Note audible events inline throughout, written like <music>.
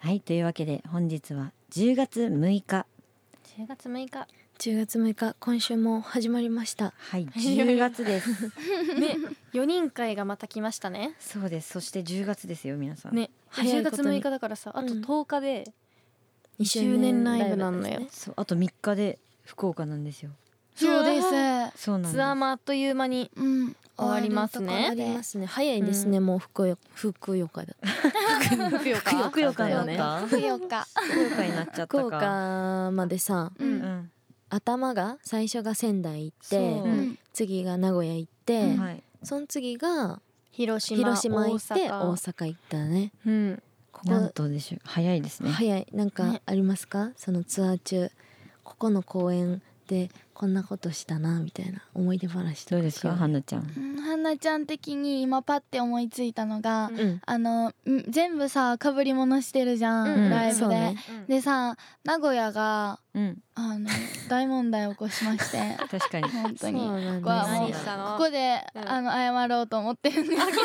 はいというわけで本日は10月6日10月6日10月6日今週も始まりましたはい10月ですね4人会がまた来ましたねそうですそして10月ですよ皆さんね早い10こと月に6日だからさあとうん10日で2 2周年ライブなのライよブでそうあと3日で福岡なんですよそうです。そうなんですツアーもあっという間にうん。終わります終わねりますね早いですね、もう福よ福岡だ福岡福福岡になったふよか。福岡になっちゃった福か岡までさう。うんん頭が最初が仙台行っそうてうん。次が名古屋行って、うんはいその次が広島広島行って大大阪阪行ったねうんこなんことでしょう早いですね早いなんかありますか、そのツアー中ここの公園でこんなことしたなみたいな思い出話とかどうですかしよはなちゃんうんはなちゃん的に今パって思いついたのが、うううんあのん全部さ被り物してるじゃうんん、ライそブうで。ねででさ名古屋がうんあの大問題を起こしまして確かに本当に。そうここはなもんうで何すしよたのここで、うんあの謝ろうと思ってるんですけど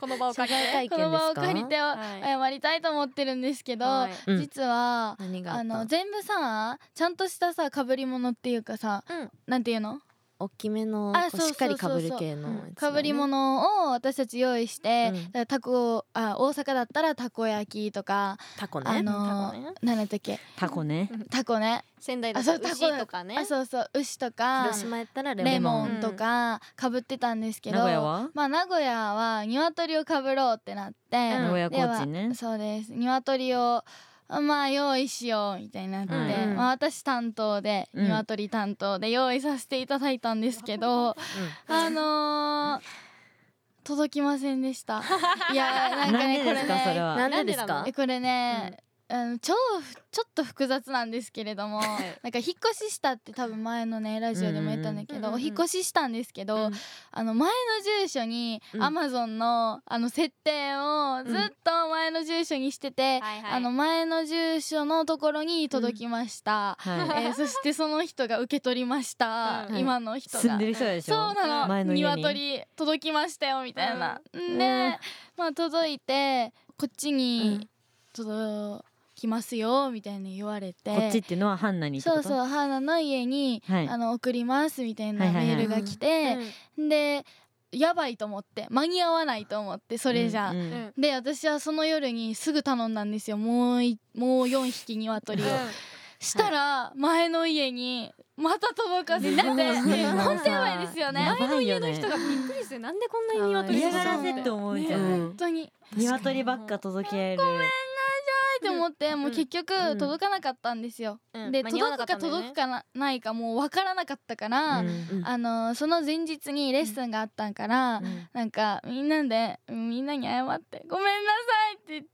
この場を謝借りて罪会見です <laughs> こかの場を借りてはい謝りたいと思ってるんですけど、はいうん実は何がああったの全部さちゃんとしたさ被り物っていうかさ、うんなんていうの大きめのあこうそうしっかりかぶそうるそう系のやつだかねぶり物を私たち用意して、うんだからたこあ大阪だったらたこ焼きとか、タコねあのタコね何だったっけタコねたこね仙台だあとそうタコ牛とかねあそうそう牛とか広島やったらレレモモンンとかかぶってたんですけど名古屋はまあ名古屋は鶏をかぶろうってなって、ん名古屋コでーはチねそうです鶏をまあ用意しようみたいになって、うんまあ、私担当でうん鶏担当で用意させていただいたんですけど、あのー届きません <laughs> でした。いやなんかね何でですこれかねそれはなんでですかえこれね、あの超ふちょっと複雑なんですけれど <laughs> もいなんか引っ越ししたって多分前のねラジオでも言ったんだうけんうんどうんお引っ越ししたんですけど、うんあの前の住所にうん Amazon のあの設定をずっと前の住所にしてて、はいはいあの前の住所のところに届きました、はいえーそしてその人が受け取りました、うん今の人が。住んでる人でしょそうなの前の家に鶏届きましたよみたいな、んうんで、まあ、届いてこっちうんに届きますよみたいに言われて、こっちっていうのはハンナにってこそとうそう花の家に、はいあの送りますみたいなはいはいメはいールが来て、でやばいと思って間に合わないと思ってそれじゃあ、うんうんうんで私はその夜にすぐ頼んだんですよもういもう4匹鶏をうんしたら前の家にまた届かせて <laughs> てねねね本当やばいですよねやばい前よねの家の人がびっくりするなんでこんなに鶏嫌ががらせって思うじゃねん本当に鶏ばっか届けるって思ってもう結う局ん届かなかったんですよ。うんで間に合わ届なかったくかんだよね届くかなないかもう分からなかったから、うんあのその前日にレッスンがあったんから、うんなんかみんなでみんなに謝って「ごめんなさい」って言っ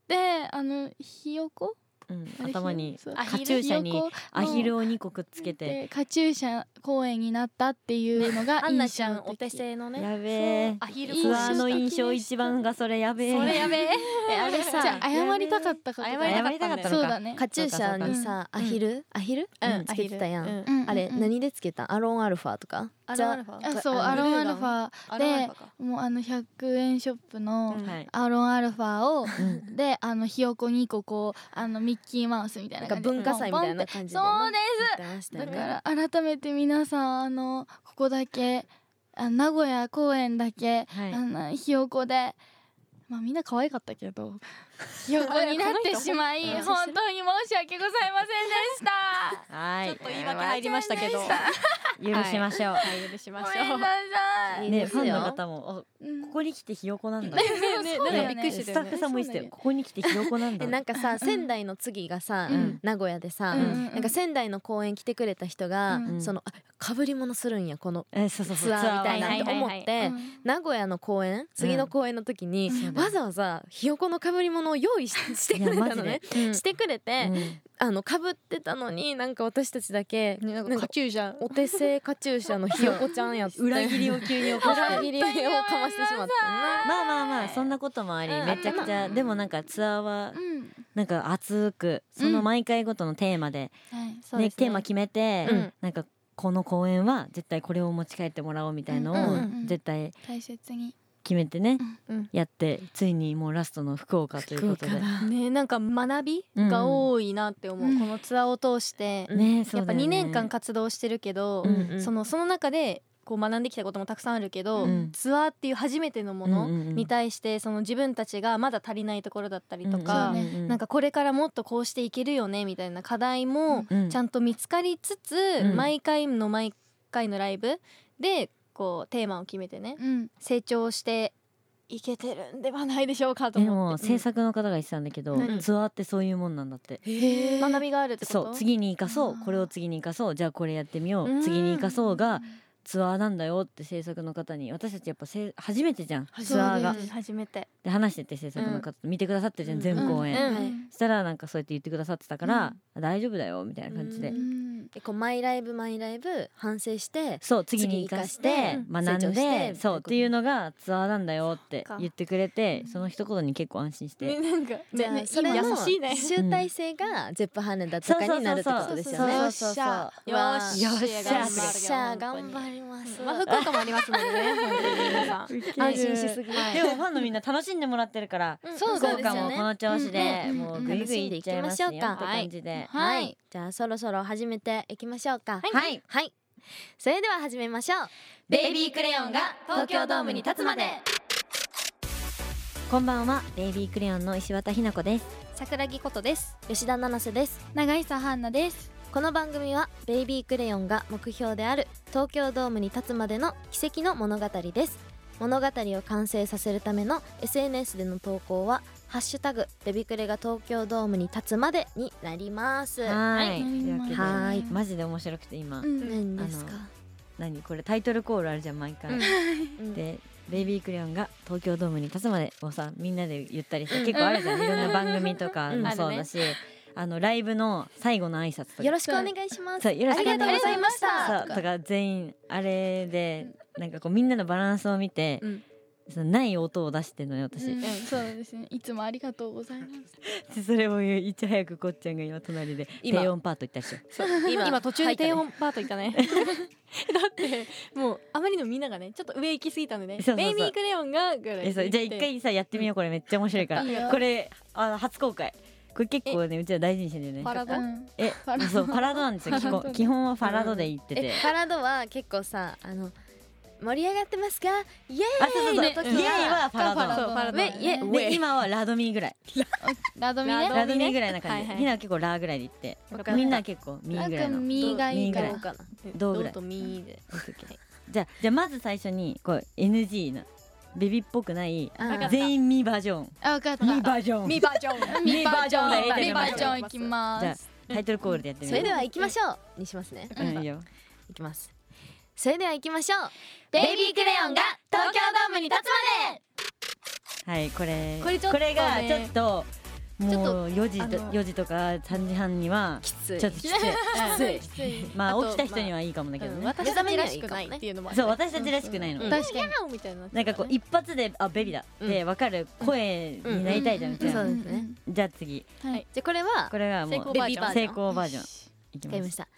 てあのひよこうんあれ頭にひよカアヒルチューシャにひよこアヒルを2個くっつけてでカチューシャ公演になったっていうのが <laughs> アンナちゃん印象的お手製のねやべえアヒルツアーの印象一番がそれやべえそれやべええあれさじゃあ謝りたかったこと謝だりよた謝りたかったのかそうだねカチューシャにさうんアヒルアヒルうんうんつけてたやんうんうんうんあれ何でつけたアロンアルファとかアロンアルファあそうあアロンアルファアロンアルファかもうあの100円ショップのうんはいアロンアルファをうんであのひよこにここうあのミッキーマウスみたいなんなか感じで文化祭みたいなポンポン感ってじでそうですすだから改めて皆さんあのここだけあ名古屋公演だけ、はいあのひよこでまあみんな可愛かったけどひよこになってしまいあれこの人本当に申し訳ございませんでしたは <laughs> ちょいっと言い訳入りましたけど許しましょうはい許しましごめょうんなさい、いいねですフよァンの方もうんあここに来てひよこなんだねそうだよびっくりしてスたよねタッフさんも言ってたよここに来てひよこなんだえなんかさ仙台の次がさ、うん名古屋でさ、うんなんか仙台の公演来てくれた人が、うんそのあかぶり物するんやこのえそうそうそうツアーみたいなはっては思はっいはてうん名古屋の公演次の公演の時に、うんわざわざひよこのかぶり物を用意ししてくれた <laughs> のね。うんしてくれて、うんあのかぶってたのになんか私たちだけ、ねなんかなんかカチューシャお手製カチューシャのひよこちゃんやって裏切りを急に起こして裏切りをかましてしまったまあまあまあそんなこともありうんめちゃくちゃでもなんかツアーはうんなんか熱くその毎回ごとのテーマではいそうねですテーマ決めてうんなんかこの公演は絶対これを持ち帰ってもらおうみたいのうをんうんうん絶対大切に決めてね、うんやってついにもうラストの福岡ということでねなんか学びうんが多いなって思う、うんこのツアーを通して、ねそやうっぱだよね2年間活動してるけど、うんうんそのその中でこう学んできたこともたくさんあるけど、うんツアーっていう初めてのものうんうんうんに対してその自分たちがまだ足りないところだったりとか、うんそうねなんかこれからもっとこうしていけるよねみたいな課題もうんちゃんと見つかりつつ、うん毎回の毎回のライブでこうテーマを決めてねうん成長していけてるんではないでしょうかとで思もって。うん制作の方が言ってたんだけど、何ツアーってそういうもんなんだって。へ学びがあるってことそう次に生かそあうーこれを次に生かそうじゃあこれやってみようんう次に生かそうがツアーなんだよって制作の方に私たちやっぱせい初めてじゃんツアーがそううん初めてで話してて制作の方と見てくださってるじゃん、うん全公演、うんははいいそしたらなんかそうやって言ってくださってたから、大丈夫だよみたいな感じで、ううんでこう毎ライブ毎ライブ反省してそう次に生かして次生かして学ん成長してでそうっていうのがツアーなんだよってそっか言ってくれてその一言に結構安心して、ねなんかじねゃあねそれの優しいね集大成がゼップハネだとかになるってことですよね。そうそうそうそうそうそうそうわあよっしゃよっしゃよっしゃ頑張ります。まあ福岡もありますもんね本当に皆さん安心しすぎない。でもファンのみんな楽しんでもらってるからそう福です岡よもねこの調子でうんもうグイグイいっちゃいますよって感じでははいい、じゃあそろそろ始めていきましょうか。はいはいはい、それでは始めましょう。ベイビークレヨンが東京ドームに立つまでこんばんはベイビークレヨンの石渡ひな子です桜木ことです吉田七瀬です。長久ハンナですこの番組はベイビークレヨンが目標である東京ドームに立つまでの奇跡の物語です。物語を完成させるための SNS での投稿は「ハッシュタグベビクレが東京ドームに立つまで」になります。はいはといいうわけではいマジで面白くて今うん何ですかあの、何これタイトルコールあるじゃん毎回う <laughs> んでベイビークレヨンが東京ドームに立つまでをさみんなで言ったりして結構ある <laughs> じゃんいろんな番組とかもそうだしあのライブの最後の挨拶とかよろしくお願いします。そうよろしくお願いしますありがとうございましそた。うとか全員あれでなんかこうみんなのバランスを見て、うんそのない音を出してんのよ私、うんそうですねいつもありがとうございます <laughs> でそれを言ういち早くこっちゃんが今隣で今低音パート行ったでしょ <laughs> 今今途中入でったね低音パートいったねだってもうあまりのみんながねちょっと上行き過ぎたんでねそうそうそうベイビークレヨンがぐらいえそうじゃあ一回さやってみようこれめっちゃ面白いからいいよこれあの初公開これ結構ねうちは大事にしてるよねパラドうんえファラドそうパラドなんですよ基ファラド本基本はパラドで言ってて、えパラドは結構さあの盛り上がってますかイエあそうそうそうイエーイの時ーイはパラドそうパラドねウェイイエでウェイ今はラドミーぐらいラドミラねラドミーぐらいな感じはいはいひなは結構ラーぐらいで言わっかてったみんなは結構ミーぐらいラの君ミーがいいかミーらかどうぐらいとみーでじゃあじゃあまず最初にこう NG なベビっぽくないわかなった全員ミーバージョンあわかったミーバージョンみーバージョンミーバージョンミーバーミーバージョンミーバージョンいきまじゃすあタイトルコールでやってみそれではは行きましょうにしますねうんいいよいきますそれでは行きましょうベイビークレヨンが東京ドームに立つはいこれこれちょっとねがちょっとちょっもう4時あの4時とか3時半にはきついちょっときついきついきついまああと起きた人にはいいかもだけどうんね私たちらしくないっていうのもあるそう私たちらしくないのうん確かにヤオみたいになっちゃなんかこうね一発であベビだってわかる声になりたいじゃんうちそはうですねじゃあ次はいじゃあこれはこれはも成う功バージョン成功バージョンいき使いまますした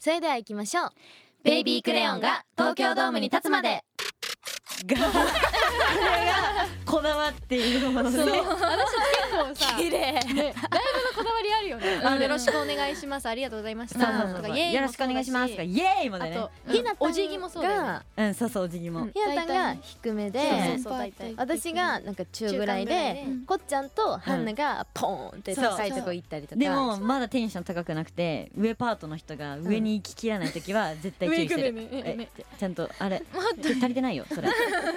それでは行きましょうベイビークレヨンが東京ドームに立つまでがこれがこだわっているものでそうさ綺麗ねだいぶのこだわりあるよねあるよろしくお願いしますありがとうございましそうそうたそとうかそうイエーイよろしくお願いしますとかあイエーイもだねとひなお辞儀もそうだよねがうんそうそうお辞儀も、うんひなたんが低めでそうそうそう大体私がなんか中ぐら中間ぐいでらいでこっちゃんとハンナがポーンって高いとこ行ったりとかでもまだテンション高くなくて上パートの人が上に行ききらない時は絶対注意してる、上行くねねねえちゃんと <laughs> あれ足りてないよ <laughs> それ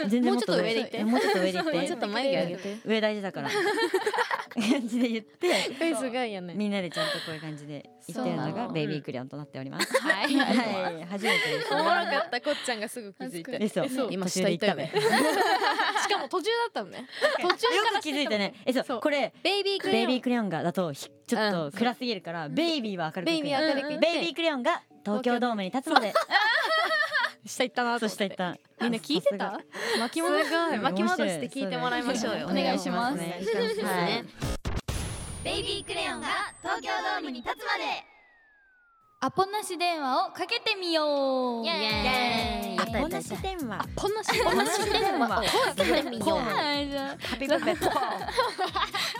全然もっと上で行ってもうちょっと上で行 <laughs> っもうてちょっと眉毛上げて上大事だから感じで言ってフェイスがいいよねみんなでちゃんとこういう感じで言ってるのがベイビークレヨンとなっておりますははい初めてですおもろかったこっちゃんがすぐ気づいえてそうそう今途中で行ったねよしかも途中だったのね途中 <laughs> からく気づいたねえそそううこれベイビークレベイヨビーンクレヨンがだとひちょっと暗すぎるからベイビーは明るくいくベイビーは明るくいってベイビークレヨンが東京ドームに立つまで下行ったなとそ思っしてていったみんな聞いてた巻き戻すい巻き戻して聞いてもらいましょうよお願いしますお願いはいベイビークレヨンが東京ドームに立つまでアポなし電話をかけてみようイエーイあこなし電話こんなしこんなし電話をかけてみようはいじゃハピブペポン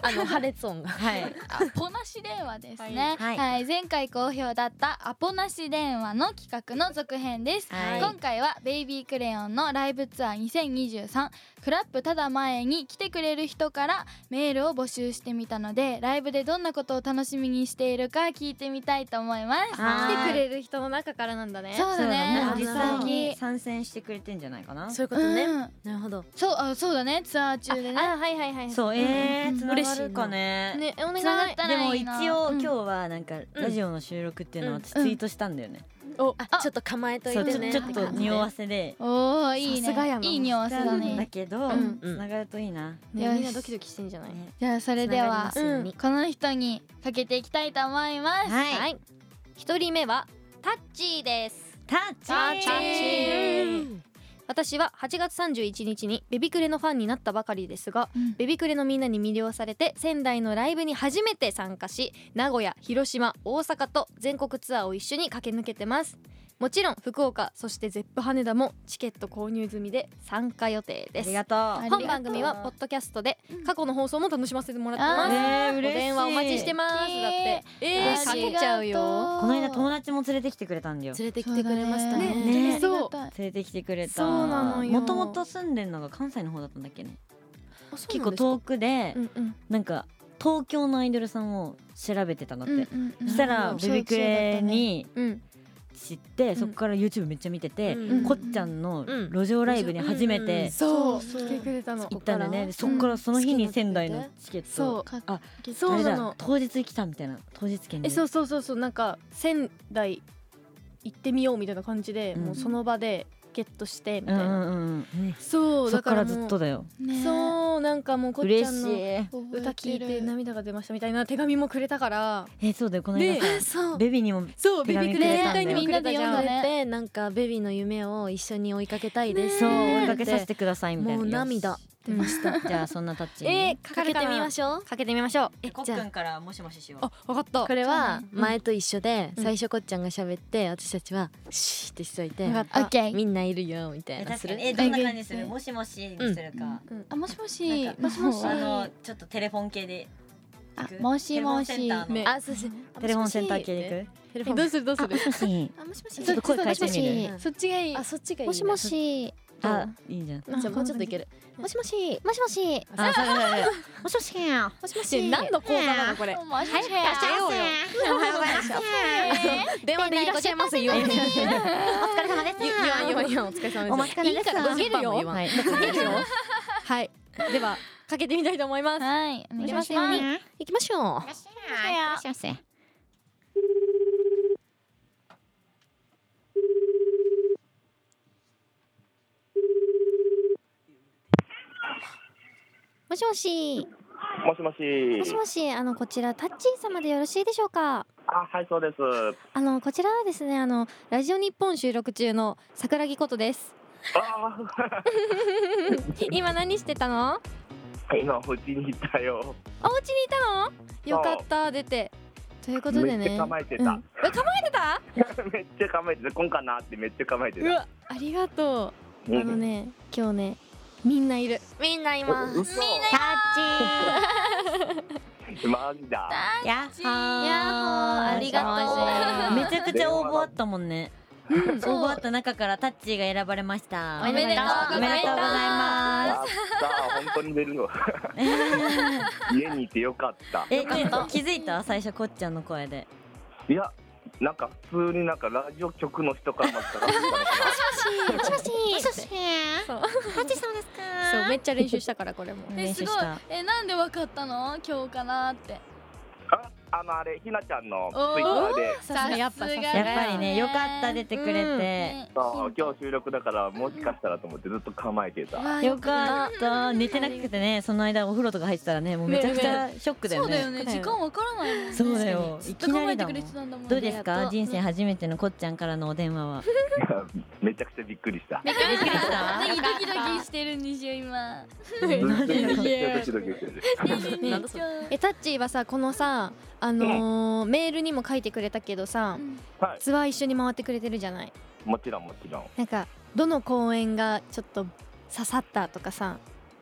あの破裂音がはいあアポなし電話ですねははいい、前回好評だったアポなし電話の企画の続編です、はい今回はベイビークレヨンのライブツアー2023クラップただ前に来てくれる人からメールを募集してみたのでライブでどんなことを楽しみにしているか聞いてみたいと思いますはい来てくれる人の中からなんだねそうだねそうだね実際に本参戦してくれてんじゃないかなそういうこ当とにね、うんなるほどそうあそうだねツアー中でねあはいはいはいそうえーつながるかうねねお願いつながったでらもいい一な応今日うんはなんかラジオの収録っていうのは私ツイートしたんだよねおああちょっと構えといそうてちょねちょっと匂わせでおおいいさすがやねないい匂わせだだねけどつんうんながるといいなねよしみんなドキドキしてんじゃないねじゃあそれではつながりますようにこの人にかけていきたいと思います、はいい一人目はタッチーですタッチタッチ私は8月31日にベビクレのファンになったばかりですがうんベビクレのみんなに魅了されて仙台のライブに初めて参加し名古屋広島大阪と全国ツアーを一緒に駆け抜けてますもちろん福岡そしてゼップ羽田もチケット購入済みで参加予定あですりがとうありがとう本番組はポッドキャストで過去の放送も楽しませてもらってます、ねえお嬉しい電話お待ちしてますだっ嬉しいてえあかりけちがとゃうよこの間友達も連れてきてくれたんだよ連れてきてくれましたねねねそうだねありがたい連れてきてくれたそうなのよもともと住んでんのが関西の方だったんだっけね結構遠遠くで、うんうんなんか東京のアイドルさんを調べてたんだって、うんうんうんそしたうらんベビクレにうん知ってそこから YouTube めっちゃ見てて、うんこっちゃんのうん路上ライブに初めうんうんうてんそうそう来てくれたの行ったんだよね、でこそこからその日うにん好き仙になっ台ててのチケッそトうあそあうれなだの当日来たみたいな当日券えそううそうそうそうなんか仙台行ってみようみたいな感じで、うんもうその場でゲットしてみたんいうな、んうんうんそうそっだかかららもうずっとだよねそうなんかもうこっち嬉ゃんしのい歌聞いて涙が出ましたみたいな手紙もくれたからえそうだよこの間さそうベビにもそう手ビ紙ビくくれれたんだ絶対よにもくれたじゃみんなで読んだんねでなんかベビーの夢を一緒に追いかけたいですそうって言追わいれかてけさせてくださいみたいなもう涙出ましたじゃあそんなタッチにえー、かけてみまししょうょうかけてみましょうえこっじゃあくんからもしもししようあわかったこれはうん前と一緒でうん最初こっちゃんが喋って私たちはシーってしといてわかオッケーみんないるよみたいえなす確かるにえどんな感じにするもしもしにするか、あもしもしなんかもしもしあのちょっとテレフォン系であ行くもしもしテレフォンセンターのねあそうそうテレフォンセンター系でテレフえォどンうするどうする行くもしあもしもしちょっと声変えてみるもしもしそっちがいいあそっちがいいもしもじしあいいじゃんゃあもうちょっといけるもしもしもしもしあそうそうそうもしもしもしもでし何の講座なのこれもしもしいらっしゃいませおはようございます電話でいらっしゃいますよみたいなお疲れ様です言わん言わん言わんお疲れ様ですお待ちかねですいいから50番も言わんはいはいではかけてみたいと思いますはいお願いします行きましょうもしもしもしもし。もしもしあのこちらタッチー様でよろしいでしょうかあ、はい、そうです。あのこちらはですねあのラジオ日本収録中の桜木ことですあ今何してたのあ、今お家にいたよ。お家にいたのよかった出てということでめっちねゃ構えてた。出てた <laughs> めっちゃ構えてた。今かなってめっちゃ構えてた。うわありがとううんあのね今日ねみんないるみんな今お嘘。タッマジだ。チやっほーありがとうめちゃくちゃ応募あったもんね応募あった中からタッチが選ばれましたおめでとうおめでとうございやまった。本当に出るの。家にいてよかった。すえ気づいた最初こっちゃんの声でいや、なんか普通になんかラジオ局の人からまた。もしもしもしもしタッチ様ですかそうめっちゃ練習したからこれもえ練す習ごいしたえなんでわかったの今日かなってあ、 <laughs> あのあれ、ひなちゃんのツイッターで。さすがやっぱさすがやっぱりねよかった出てくれてねそう、今日収録だから、もしかしたらと思ってずっと構えてた。わあよかった寝てなくてねその間お風呂とか入ってたらねもうめちゃくちゃショックだそようだねよね時間わからないもんねそうだよずっいきとな考りえだてもんくれてたんだもんねどうですやかっと人生初めてのこっちゃんからのお電話は <laughs> めちゃくちゃびっくりした。びっくりしたドキドキドキしてるんです <laughs> よ今ずっとめっちゃドキドキしてる。ねえねえねえなんだそちょえタッチーはさこのさあのーメールにも書いてくれたけどさ、はいツアー一緒に回ってくれてるじゃない <laughs> もちろんもちろんなんかどの公演がちょっと刺さったとかさ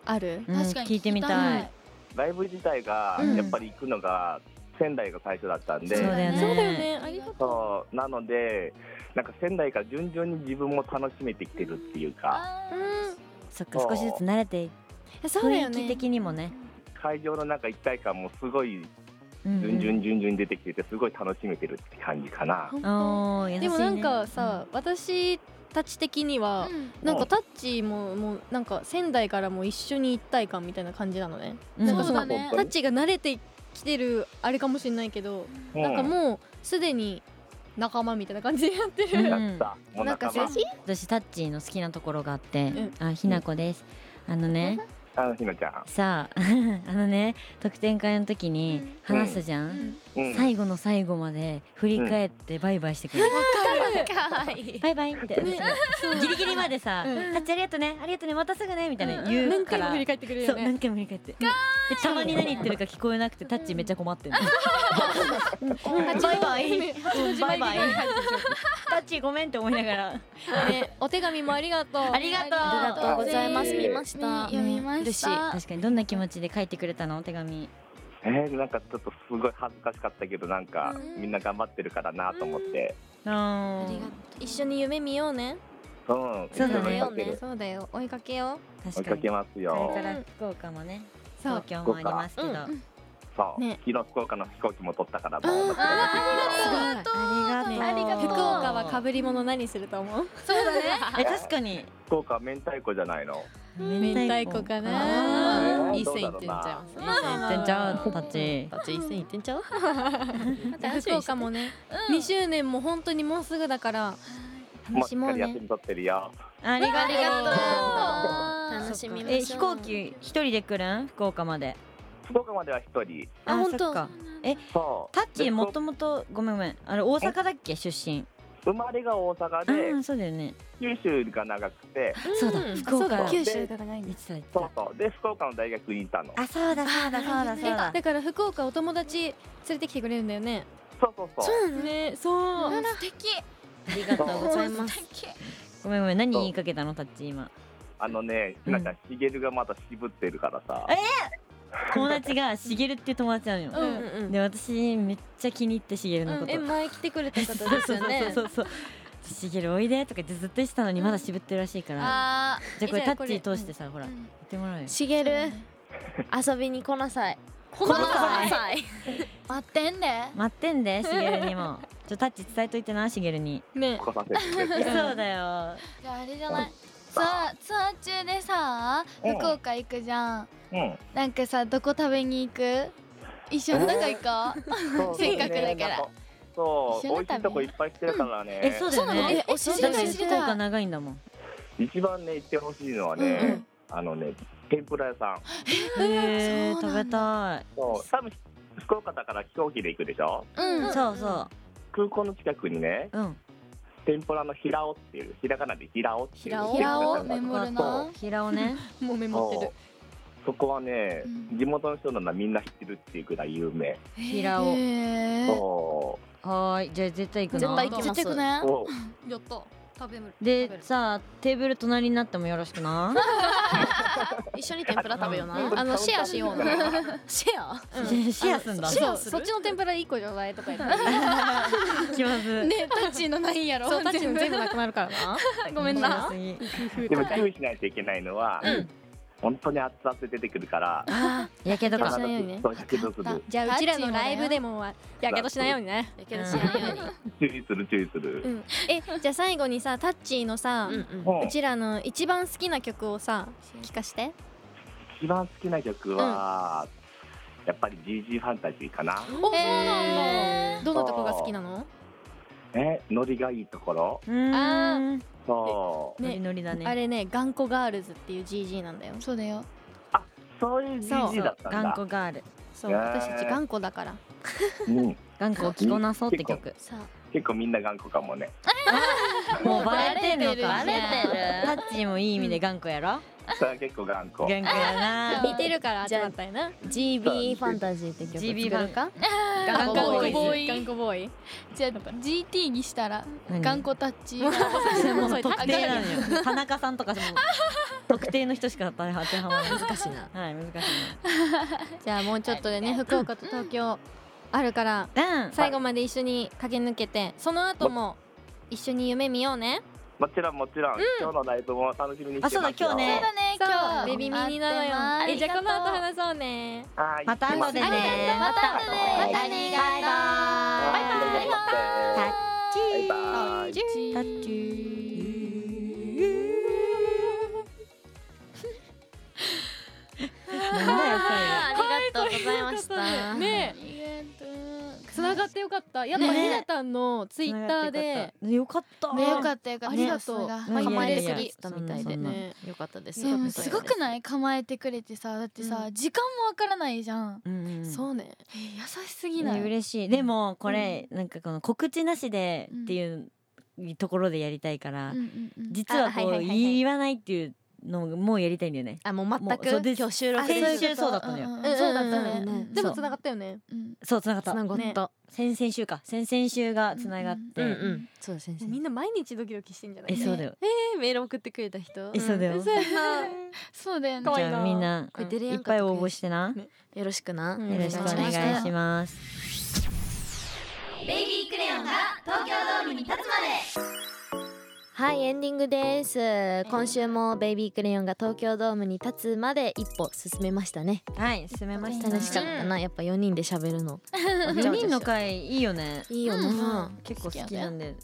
あるうん確かに聞いてみたい。ライブ自体がうんやっぱり行くのが仙台が最初だったんで、そうだよね。そうだよねありがとうそうなのでなんか仙台から順々に自分も楽しめてきてるっていうかうそっか少しずつ慣れてんそうだよ雰囲ね気的にもね。会場の中一体感もすごいうん順々順々に出てきててすごい楽しめてるって感じかな、うん。おー優しいね。でもなんかさ、私たち的には、なんかタッチももうなんか仙台からも一緒に一体感みたいな感じなのね、うん、なんうかんそそうのだねタッチが慣れてきてるあれかもしれないけど、うんなんかもうすでに仲間みたいな感じでやってる、うんやったもうなんか仲精間神私タッチーの好きなところがあって、んあひなこです。あのね、あのひなちゃん、さあ <laughs> あのね特典会の時に話したじゃん、うん、最後の最後まで振り返ってバイバイしてくれる、バイバイって、ギリギリまでさ「うんタッチありがとうねありがとうねまたすぐね」みたいなうん言う何か回もら、振り返ってくれるそようね何回も振り返ってでたまに何言ってるか聞こえなくてタッチめっちゃ困ってる <laughs> バイバイうんバイバイタッチごめんって思いながらねお手紙もありがとうありがとうありがとうございます見ました読みま嬉ししいた。確かにどんな気持ちで書いてくれたのお手紙えー、なんかちょっとすごい恥ずかしかったけどなんかみんな頑張ってるからなと思って、あー一緒に夢見ようねうん、そうだね追いかけるそうだよ追いかけよ追い確かかにけこますよれから福岡もねそ東う京もありますけど、うんあそう、ね昨日福岡の飛行機も取ったからもうまたすごいりがとう,、福岡は被り物何すると思うえ確かに福岡は明太子じゃないの明明太子かあなーいい線いってんちゃいますね全然ちゃうたちタッチいい線いってんちゃう福岡もね、2周年も本当にもうすぐだからもう楽ししっもかうり休ねみ取ってるよありがとう楽しみましょうえ飛行機一人で来るん福岡まで福岡までは一人あ本当そっかそうタッチでーもともとごめんごめんあれ大阪だっけ出身生まれが大阪あでーそうだよね九州が長くてそうだ福岡そう言九で州が長いんでってすた言ってそうたそうで福岡の大学にいたのあそうだそうだそうだそうだだから福岡お友達連れてきてくれるんだよねそうそうそうねそう素敵。ありがとうございます素敵。ごめんごめん何言いかけたのタッチー今あのねひなちゃんしげるがまた渋ってるからさえ友達がしげるっていう友達なのようんうんで私めっちゃ気に入ってしげるのこと、え前来てくれた方ですよね <laughs> そうそうそうそうしげるおいでとか言ってずっと言ってたのにまだ渋ってるらしいから、あじゃあこれじゃタあこッれチ通してさ、ほら言ってもらうよしげる遊びに来なさいこのさいあ、待ってんで。待ってんでしげるにもちょタッチ伝えといてなしげるにね来させてく <laughs> それうてだよじゃああれじゃない。ツアーツアー中でさ、うん福岡行くじゃん。うなんかさ、どこ食べに行く？一緒にどこ行こう。んそうせっかくだからねなんそう一緒美に味しいとこいっぱい来てるからえそねうだよねえ、知りたい知り福た岡い。長いんだもん一番ね行ってほしいのはうんうねんあのね天ぷら屋さんへえそう食なべんたそう多分福岡だから飛行機で行くでしょうんいそうそ空港の近くにねううん天ぷらの平尾っていうひらがなで平尾っていう平尾平尾店メモるそなう。平尾ねもうメモってそるうそこはね、うん地元の人ならみんな知ってるっていうくらい有名、平尾へー。そはーいじゃあ絶対行く絶の対行きちっまちゃすくなうい？そうやった食べる食べでるさあテーブル隣になってもよろしくな一緒に天ぷら食べようなうんあのシェア <laughs> しようなシェアシェアすんだシェアそっちの天ぷら一個ちょうだいとか言って <laughs> <laughs> 気まず <laughs> ね、タッチのないんやろ。そうタッチの全部なくなるからなごめんな。気まずいでも注意しないといけないのは、本当に熱々で出てくるからやけどやけどかしないようにねそうやけどするわかっじゃあうちらのライブでもやけどしないようにねやけどしないように注意する注意する、うん <laughs> えじゃあ最後にさタッチーのさ、うもうちらの一番好きな曲をさ聞かして一番好きな曲は、やっぱり GG ファンタジーかなおそうなんだどのとこが好きなのえノリがいいところうーんそう、ノリノリだねあれね頑固ガールズっていう GG なんだよそうだよ。そういうそう GG だったんだ頑固ガールそうへー私たち頑固だからうん、頑固を着こなそうって曲結構みんな頑固かもねもうバレてんのかバレてタッチもいい意味で頑固やろさあ結構頑固頑固やな似てるから集まったよな GB ファンタジーって曲作 GB るか頑固ボーイボーイ頑固ボーイじゃあ GT にしたら何 <laughs> 頑固タッ <laughs> チもう特定なのよ田中さんとかも特定の人しか当てはまらない難しいなはい難しじゃあもうちょっとでね福岡と東京あるからいなうん最後まで一緒に駆け抜けてその後も一緒に夢見ようねもちろんもちろん、今日のライブも楽しみにしてますよあそうだ今日ねそうだねそう今日ベビーミニなのよあえりじがゃあことうの後話そうねはいまた後でね行きますまた後ねまたねバイバイバイバイタッチ <laughs> なんだよありがとうございましたねつながってよかったやっぱねひなたんのツそイれッターでねよかったねよかったよかったありがとうさすがいやいやいや構えてくれいやいやたみたいそでんなそんなねよかったですでもすごくない構えてくれてさだってさ、時間もわからないじゃん、うんうんそうねえ優しすぎなねい、嬉しいでもこれなんかこの告知なしでっていうところでやりたいからうんうんうん実はこあはいうはいはいはい言わないっていうのもうやりたいんだよねあもうも全うそうでくす今日収録あ先週そうだったのよんんんうんそうだったうんねうんうんでもそうつながったよねうんそうつながっつたながった先々週か先々週がつながっうんうてんそうだ先生みんな毎日ドキドキしてんじゃないえそうだよえメール送ってくれた人えそうだよんそうやなそうだよ可ね愛いじなゃあみんなこれ出れいやっんかぱっいた応募してなねよろしくなうんよろしくお願いしますベイビークレヨンが東京ドームに立つまではいエンディングです今週もベイビークレヨンが東京ドームに立つまで一歩進めましたねはい進めました楽しかったなやっぱ四人で喋るの4人の回いいよねいいよな結構好きなんで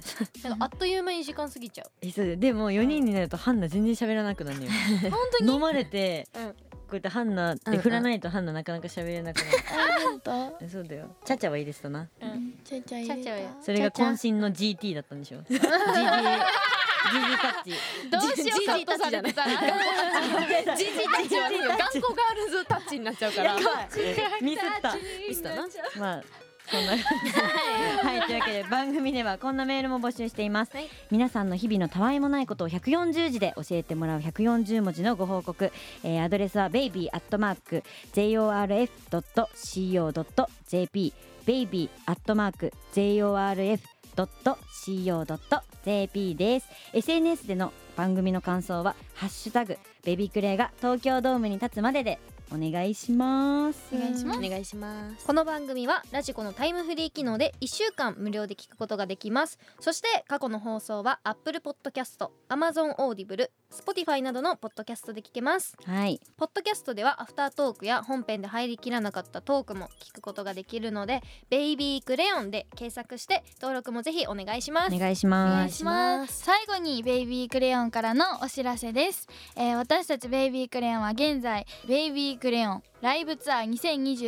なんかあっという間に時間過ぎちゃうえそうだよでも4人になるとハンナ全然喋らなくなるのよ本当飲まれてうんこうやってハンナって振らないとハンナなかなか喋れなくなる本当えそうだよチャチャはいいですとなちゃちちゃゃちゃいよそれが渾身の GT だったんでし <laughs> ょ GT GT タッチどうしようカットされてたらじじたちは頑固ガールズタッチになっちゃうからミスったいいなまあそんな <laughs> はいというわけで番組ではこんなメールも募集しています、皆さんの日々のたわいもないことを140字で教えてもらう140文字のご報告、えーアドレスは baby.jorf.co.jp baby.jorf.co.jp です SNS での番組の感想は「ハッシュタグベビークレイが東京ドームに立つまで」でお願いしますお願いしますお願いしますこの番組はラジコのタイムフリー機能で1週間無料で聞くことができますそして過去の放送は Apple Podcast、Amazon Audible、Spotify などのポッドキャストで聞けますはいポッドキャストではアフタートークや本編で入りきらなかったトークも聞くことができるのでベイビークレヨンで検索して登録もぜひお願いしますお願いしおま願すいします最後にベイビークレヨンからのお知らせです、えー私たちベイビークレヨンは現在ベイビークレヨンライブツアー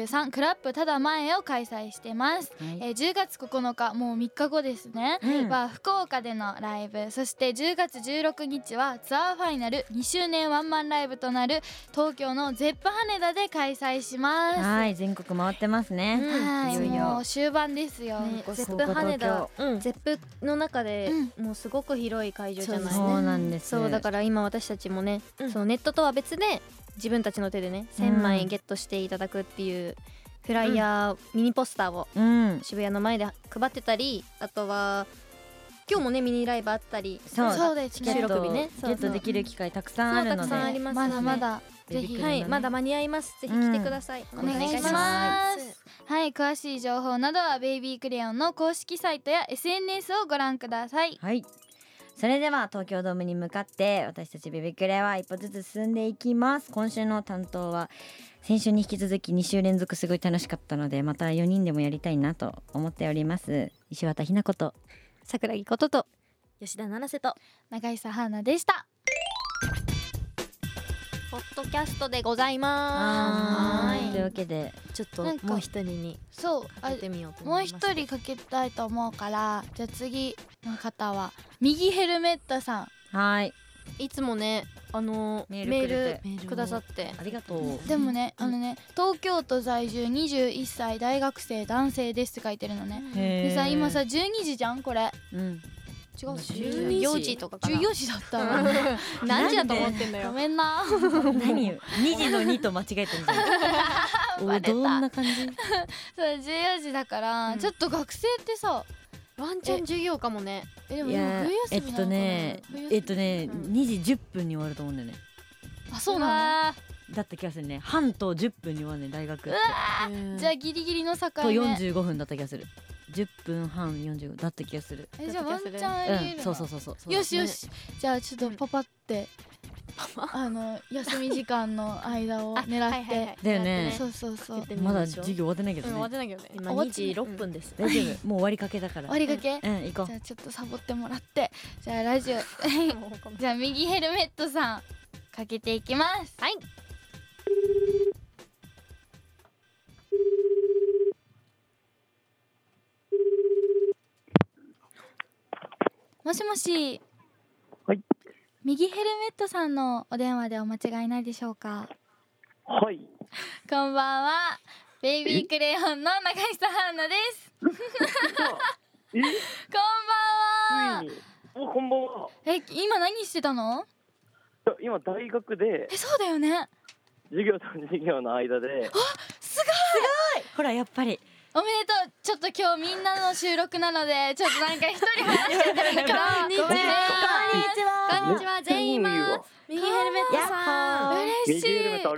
2023クラップただ前を開催してます、はいえー10月9日もう3日後ですね、うんは福岡でのライブそして10月16日はツアーファイナル2周年ワンマンライブとなる東京のゼップ羽田で開催しますはい、全国回ってますね。はいいよいよもう終盤ですよ、ゼップ羽田、ゼップの中でもうすごく広い会場じゃないそうなんです。そうだから今私たちもね、そのネットとは別で自分たちの手でねうん1,000枚ゲットしていただくっていうフライヤー、ミニポスターをら、うん、渋谷の前で配ってたりあとは今日もねミニライブあったりそうそうですチねケッ収ト録日ねそうゲットできる機会たくさんあそうるたくのさんありで、ますまだまだぜひはい、まだま間に合いますぜひ来てください、お願いしおま願す。はい、詳しい情報などはベイビークレヨンの公式サイトや SNS をご覧ください。だ。はい。それでは東京ドームに向かって私たちベビクレは一歩ずつ進んでいきます。今週の担当は先週に引き続き2週連続すごい楽しかったので、また4人でもやりたいなと思っております。石渡ひなこと桜木ことと吉田七瀬と長久花でした。ポッドキャストでございまはすいというわけで、ちょっなとんかもう一人にそう、あ当ててみようとも思うい一ます人かけたいと思うから、じゃあ次の方は右ヘルメットさん。はい、いつもねあのメメーールルくれてくださってありがとう。でもね、あのね、東京都在住21歳大学生男性ですって書いてるのね。ででさ、今さ12時じゃんこれ。うん、違う12時14時とかかな14時だったわ何時だと思ってんだごよめん <laughs> な何2時の2と間違えてるんだバレたどんな感じそう14時だから、うんちょっと学生ってさワンチャン授業かもねえでもいもうやえ冬っ休みなのかとなね冬休みえっとねうん2時10分に終わると思うんだよねあそうなだった気がするね半と10分に終わるね大学ってのじゃあギリギリの境と目45分だった気がする10分半45だった気がするえじゃあワンチャンありえうるんなそうそうそうそうそうだよしよし、じゃあちょっとパパって、あの休み時間の <laughs> 間を狙はいっはいはていだよねそうそうそう終まだ授業終わってないけうどん終ねわってないけどね終今わっ2時6分です大丈夫もう終わりかけだからわりがけうん行こじゃあちょっとサボってもらってじゃあラジ <laughs> オじゃあ右ヘルメットさんかけていきますはいもしもしはい右ヘルメットさんのお電話でお間違いないでしょうかはいこんばんはベイビークレヨンの中久春菜ですこえんばんはついにおこんばんはえ今何してたのいや今大学でえそうだよね授業と授業の間でうほらやっぱりおめでとうちょっと今日みんなの収録なのでちょっとなんか一人話しちゃってるんだけどこんにちこんにちは全員います右ヘルメットやっさんほー嬉し右ルメットあ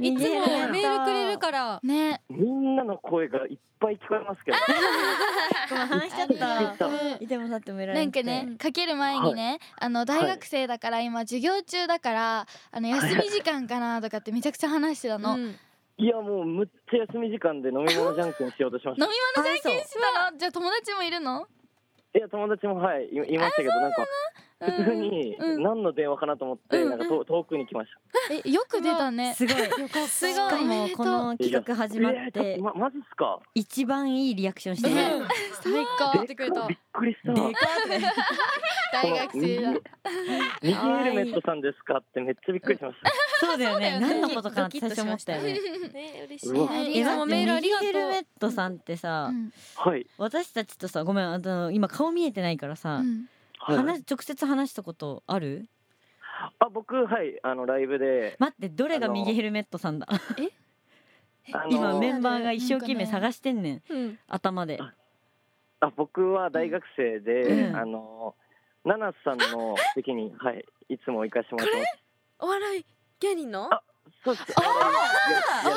いりがとうございいつもねメールくれるからねますみんなの声がいっぱい聞こえますけど話しちゃったたいても立ってもいられななんくかてねかける前にねあの大学生だから今授業中だからあの休み時間かなとかってめちゃくちゃ話してたのう飲みんいやもうむっちゃ休み時間で飲み物じゃんけんしようとしました物じゃんけんしてたのじゃあ友達もいるのいや友達もはいいいましたけどなんかうん普通にうん何の電話かなと思ってなんかと遠くに来ましたえよく出た <laughs> ねすごいすごいしかもこの企画始まっえてーまマジっすか一番いいリアクションしてる最高ってくれたびっくりしたでかっ大学生だ右ヘルメットさんですかってめっちゃびっくりしました <laughs> そうだよねそうだよ何ねのことかなって最初思ったよねね嬉しうわいえいつだっもてメールありがとう右ヘルメットさんってさうんはい私たちとさごめんあの今顔見えてないからうさんはい話直接話したことあるあ僕はいあのライブで待ってどれが右ヘルメットさんだあ今のメンバーが一生懸命なんかね探してんねんうん頭であ僕は大学生でうんあのナナさんの席にはいいつも行かしてもらってますお笑い芸人のあそうですあいやいやそうそう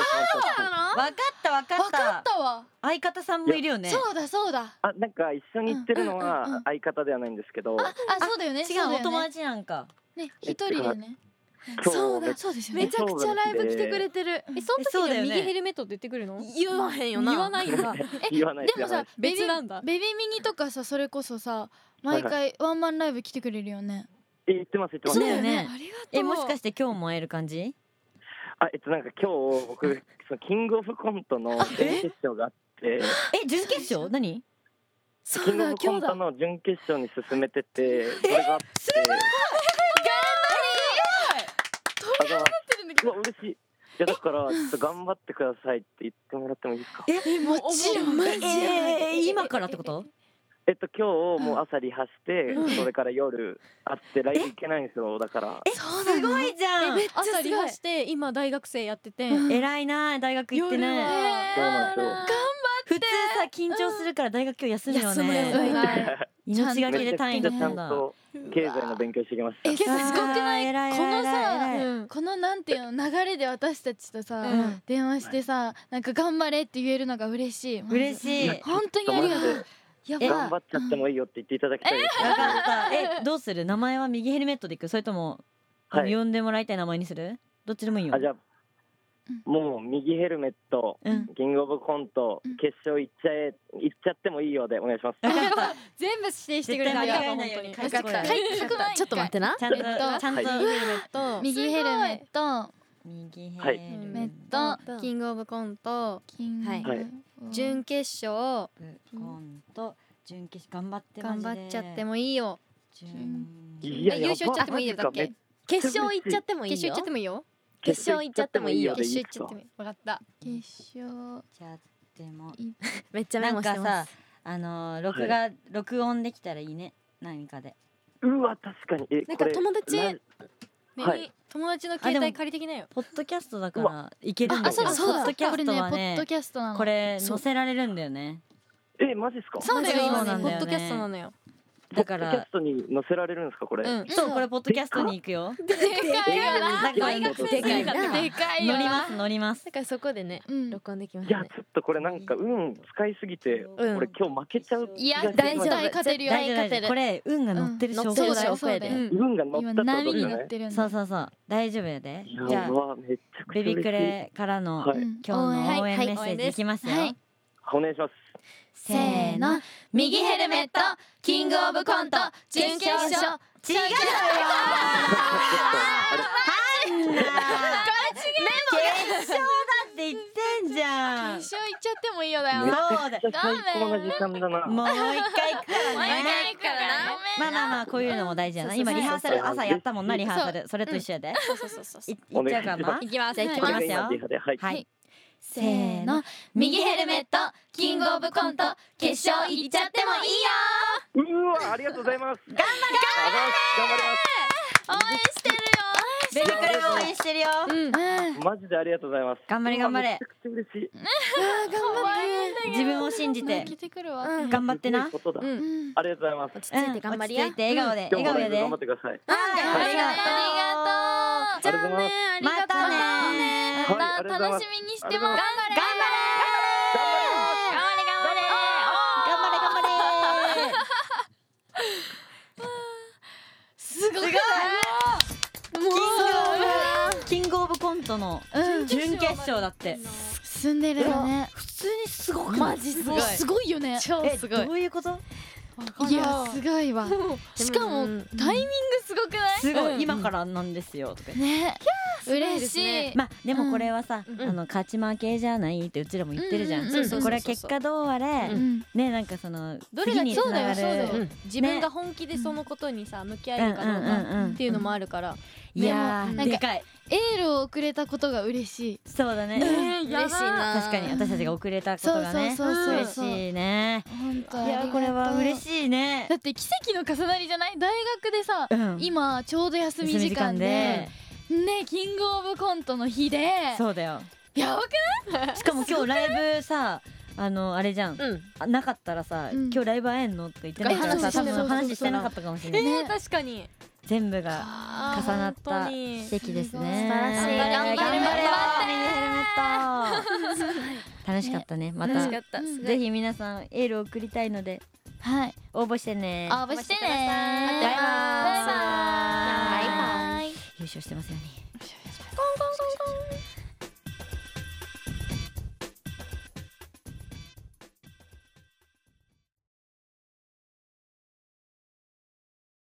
そうわかったわか分かったわ相方さんもいるよねそうだそうだあなんか一緒に行ってるのうんうんうんは相方ではないんですけどあそうだよね違そうだおよね友達なんかね一人でねそうめっそうですよめねちゃくちゃライブ来てくれてるえそのえそう時だにはよね右ヘルメットって言ってくるの言わへんよな言わないよな言わないでもさベビ別ーなんだベビーミニとかさそれこそさは毎い回ワンマンライブ来てくれるよねえ言ってます言ってますそうだよねありがとうえもしかして今日も会える感じあえっとなんか今日僕そのキングオブコントの準決勝があってえ準決勝何そキうングオだブコ今ン日トだの準決勝に進めててそれがあってあざわうわ嬉しいいやだからちょっと頑張ってくださいって言ってもらってもいいですかえもちろんマジでえー今からってことえっと今日もう朝リハしてそれから夜会ってライブ行けないんですよだからそうすなのごいじゃん朝リハして今大学生やってて偉いな大学行って夜ねはそうなんですよ普通さ緊張するから大学今日休むよ休むよねね命がけで単位めちだゃったくちゃちゃんんだと経済の勉強してきましたすごくないいこのさうんこのなんていうの流れで私たちとさうん電話してさなんか頑張れって言えるのが嬉しい嬉ししいわか本当にありがとうやばい頑張っちゃってもいいよって言っていただきたいですねったえどうする名前は右ヘルメットでいくそれともあはのい呼んでもらいたい名前にするどっちでもいいよあじゃあもう右ヘルメットうんキングオブコントうん決勝行っちゃえ行っちゃってもいいようでお願いしますわかった全部指定してくれてありがとう本当に絶対間違えないように書いてこい書いてこないちょっと待ってなちゃんとちゃんとと右ヘルメット右ヘはいルメメットキングオブコントキングはいはい準決勝ットコント準決勝頑張って頑張っちゃってもいいよ準いやえ優勝やしばちゃってもいいよだっけマジか決勝行っちゃってもいいよ決勝行っちゃってもいいよめ決勝行っちゃってもいいよ決決勝勝行行っっちちゃゃっっててももいいいいわかった決勝ちゃってもめっちゃメなモんしかてまさすあのー録画、録音できたらいいね何かでうわ確かにえなんかこれ友達ラジね、はい友達のあで携も帯借りてきなよポッドキャストだかうらいけるんだあよそうだそうポッだドキャこれストねはポッドねキャストなのこれそう載せられるんだよねえマジっすかそうだよそうなんポだよねッドキャストなのよだからポッドキャストに載せられるんですかこれ、うんそうこれポッドキャストに行くよでかいよななんか大学生でかいなでかいよ乗りまなす乗りますだからそこでねうん録音できましいやたねちょっとこれなんか運使いすぎて、うん俺今日負けちゃういや気がし絶ます対勝てるよ大丈夫大丈夫これ運が乗ってる証拠だそうよだよそうだようん運が乗った今ってこと波ですによ乗っねてるんそうだそうそう大丈夫やでじゃやあばめちゃくちゃベビー嬉しクいレからのはいうん今日の応援はメいッセージいきますよはいお願いしますせーの右ヘルメットキングオブコント準決勝違うよ違うメモ決勝だって言ってんじゃん一生行っちゃってもいいよだよめちもうそうだゃ最高な時間だなもう一回行くから一ね回行くからなまあまあまあこういうのも大事やなそうそ今うそうリハーサル朝やったもんなリハーサルそれと一緒やでい行っちゃうからな行きますじゃあ行きますよすよはい、はいせーの右ヘルメットキングオブコント決勝行っちゃってもいいようーわありがとうございます頑張れ頑張応援してれベビるよークレも応援してるよ頑張れますマジでありがとうございます頑張れ頑張れうわめちゃくちゃ嬉しい可愛いんだけど自分を信じて泣けてくるわうん頑張ってなすごいことだうんうんありがとうございます落ち着いて頑張りやうん落ち着いて笑顔で笑今日も顔ライやでブ頑張ってくださいありがとうありがとうありがとうございますありがとうまたねまたはいありがとうございま楽しすみにしてま頑す張れ頑張れ頑張れ頑張れ頑張れすごいキングオブコントの準決勝だって進んでるよね普通にすごくないジもうすごいよね超えどういうこといやすごいわしかもうん <laughs> タイミングすごくないすごい今からなんですよとかね嬉しいまあでもこれはさあの勝ち負けじゃないってうちらも言ってるじゃうんんうんうんうんこれは結果どうあれうんねなんかそのどれ次がにつそうだなよがそうだよ、る自分が本気でそのことにさ向き合えるかどううんうんうんうかっんていうのもあるから、いやでーもでかいエールをくれたことが嬉しいそうだね嬉しいな確かに私たちが遅れたことがねそうそうそうそう嬉しいね本当いやーこれは嬉いしいねだって奇跡の重なりじゃない大学でさうん今ちょうど休み時間でねキングオブコントの日でそうだよやばくしかも今日ライブさあのあれじゃんうんあなかったらさ、うん今日ライブ会えんのって言ってないからさえそ多うそうそう分話してなかったかもしれない、ね確かに全部が重重なった奇跡ですね素晴らしい頑張頑張れれよ頑ミニヘルメット楽しかったねまた、楽しかったすごぜいひ皆さんエールを送りたいのではい応募してね応募してねバイバーイバイバイ優勝してますように